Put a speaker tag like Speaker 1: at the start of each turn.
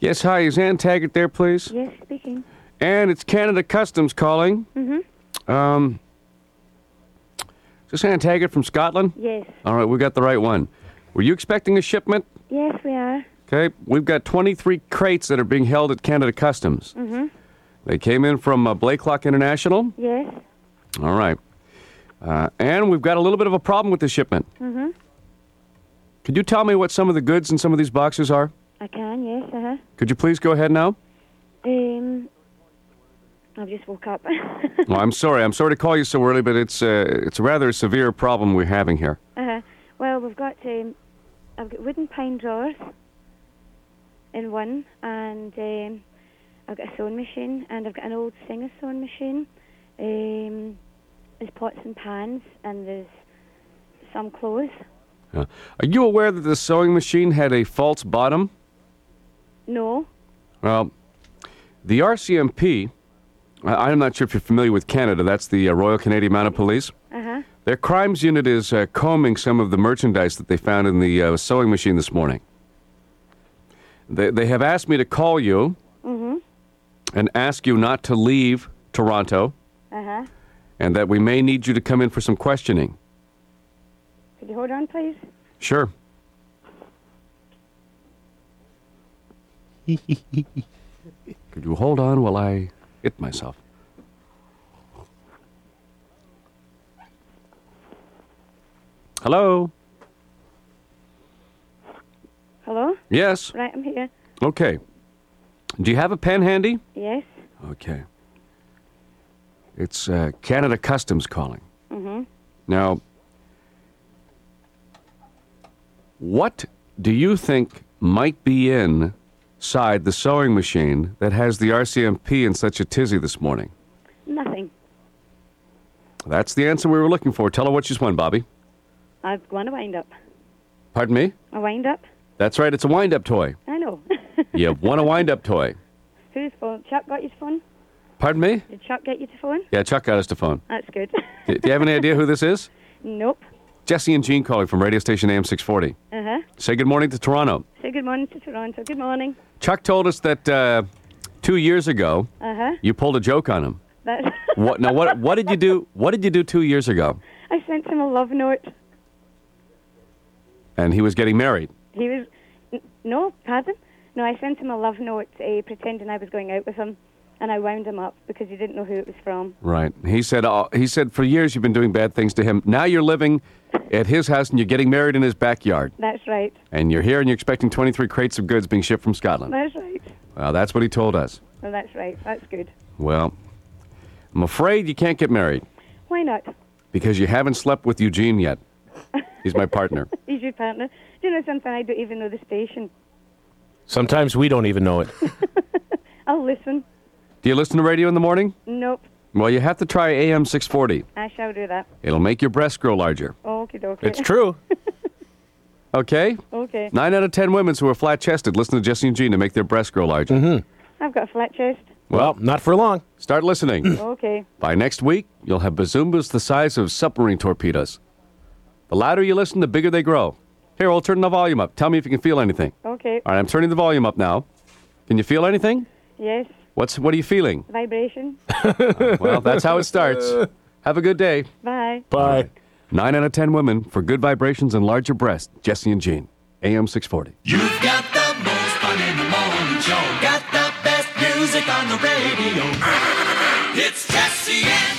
Speaker 1: Yes, hi. Is Ann Taggart there, please?
Speaker 2: Yes, speaking.
Speaker 1: Ann, it's Canada Customs calling. Mm-hmm. Um, is this Ann Taggart from Scotland?
Speaker 2: Yes.
Speaker 1: All right, we got the right one. Were you expecting a shipment?
Speaker 2: Yes, we are.
Speaker 1: Okay, we've got 23 crates that are being held at Canada Customs. Mm-hmm. They came in from uh, Blakelock International.
Speaker 2: Yes.
Speaker 1: All right. Uh, and we've got a little bit of a problem with the shipment. Mm-hmm. Could you tell me what some of the goods in some of these boxes are?
Speaker 2: I can, yes, uh huh.
Speaker 1: Could you please go ahead now?
Speaker 2: Um, I've just woke up. Uh-huh.
Speaker 1: well, I'm sorry. I'm sorry to call you so early, but it's uh, it's a rather severe problem we're having here.
Speaker 2: uh-huh. Well, we've got um, I've got wooden pine drawers in one, and um, I've got a sewing machine, and I've got an old Singer sewing machine. Um, there's pots and pans, and there's some clothes.
Speaker 1: Uh, are you aware that the sewing machine had a false bottom?
Speaker 2: No,
Speaker 1: Well, the RCMP, I- I'm not sure if you're familiar with Canada, that's the uh, Royal Canadian Mounted Police.
Speaker 2: uh huh.
Speaker 1: Their crimes unit is uh, combing some of the merchandise that they found in the uh, sewing machine this morning. They, they have asked me to call you and ask you not to leave Toronto
Speaker 2: Uh huh.
Speaker 1: and that we may need you to come in for some questioning.
Speaker 2: Could you hold on, please?
Speaker 1: Sure. Could you hold on while I hit myself? Hello?
Speaker 2: Hello.
Speaker 1: Yes.
Speaker 2: Right, I'm here.
Speaker 1: Okay. Do you have a pen handy?
Speaker 2: Yes.
Speaker 1: Okay. It's uh, Canada Customs calling.
Speaker 2: Mhm.
Speaker 1: Now, what do you think might be inside the sewing machine that has the RCMP in such a tizzy this morning?
Speaker 2: Nothing.
Speaker 1: That's the answer we were looking for. Tell her what she's won, Bobby.
Speaker 2: I've gone to wind up.
Speaker 1: Pardon me?
Speaker 2: A wind up.
Speaker 1: That's right, it's a wind up toy.
Speaker 2: I know.
Speaker 1: You won a wind up toy.
Speaker 2: Whose phone? Chuck got your phone?
Speaker 1: Pardon me?
Speaker 2: Did Chuck get you to phone?
Speaker 1: Yeah, Chuck got us to phone.
Speaker 2: That's good.
Speaker 1: Do do you have any idea who this is?
Speaker 2: nope.
Speaker 1: Jesse and Jean calling from radio station AM 640.
Speaker 2: Uh huh.
Speaker 1: Say good morning to Toronto.
Speaker 2: Say good morning to Toronto. Good morning.
Speaker 1: Chuck told us that uh, two years ago
Speaker 2: Uh huh.
Speaker 1: you pulled a joke on him.
Speaker 2: That's.
Speaker 1: What? Now, what? What did you do? What did you do two years ago?
Speaker 2: I sent him a love note.
Speaker 1: And he was getting married.
Speaker 2: He was. N- no, pardon? No, I sent him a love note uh, pretending I was going out with him, and I wound him up because he didn't know who it was from.
Speaker 1: Right. He said. Oh, he said for years you've been doing bad things to him. Now you're living at his house and you're getting married in his backyard.
Speaker 2: That's right.
Speaker 1: And you're here and you're expecting 23 crates of goods being shipped from Scotland.
Speaker 2: That's right.
Speaker 1: Well, that's what he told us.
Speaker 2: No, that's right. That's good.
Speaker 1: Well, I'm afraid you can't get married
Speaker 2: Why not?
Speaker 1: because you haven't slept with Eugene yet. He's my partner.
Speaker 2: He's your partner. Do you know something? I don't even know the station.
Speaker 3: Sometimes we don't even know it.
Speaker 2: I'll listen.
Speaker 1: Do you listen to radio in the morning?
Speaker 2: Nope.
Speaker 1: Well, you have to try AM 640.
Speaker 2: I shall do that.
Speaker 1: It'll make your breasts grow larger.
Speaker 2: Okie dokie.
Speaker 3: It's true.
Speaker 1: Okay?
Speaker 2: Okay.
Speaker 1: Nine out of ten women who are flat chested listen to Jesse and Jean to make their breasts grow larger.
Speaker 2: I've got a flat chest.
Speaker 3: Well, not for long.
Speaker 1: Start listening.
Speaker 2: Okay.
Speaker 1: By next week, you'll have bazoombas the size of submarine torpedoes. The louder you listen, the bigger they grow. Here, I'll turn the volume up. Tell me if you can feel anything.
Speaker 2: Okay.
Speaker 1: All right, I'm turning the volume up now. Can you feel anything?
Speaker 2: Yes.
Speaker 1: What's what are you feeling?
Speaker 2: Vibration.
Speaker 1: Well, that's how it starts. Have a good day.
Speaker 2: Bye.
Speaker 3: Bye.
Speaker 1: Nine out of ten women for good vibrations and larger breasts. Jesse and Jean, AM 640.
Speaker 4: You've got the most fun in the morning show. Got the best music on the radio. it's Jesse and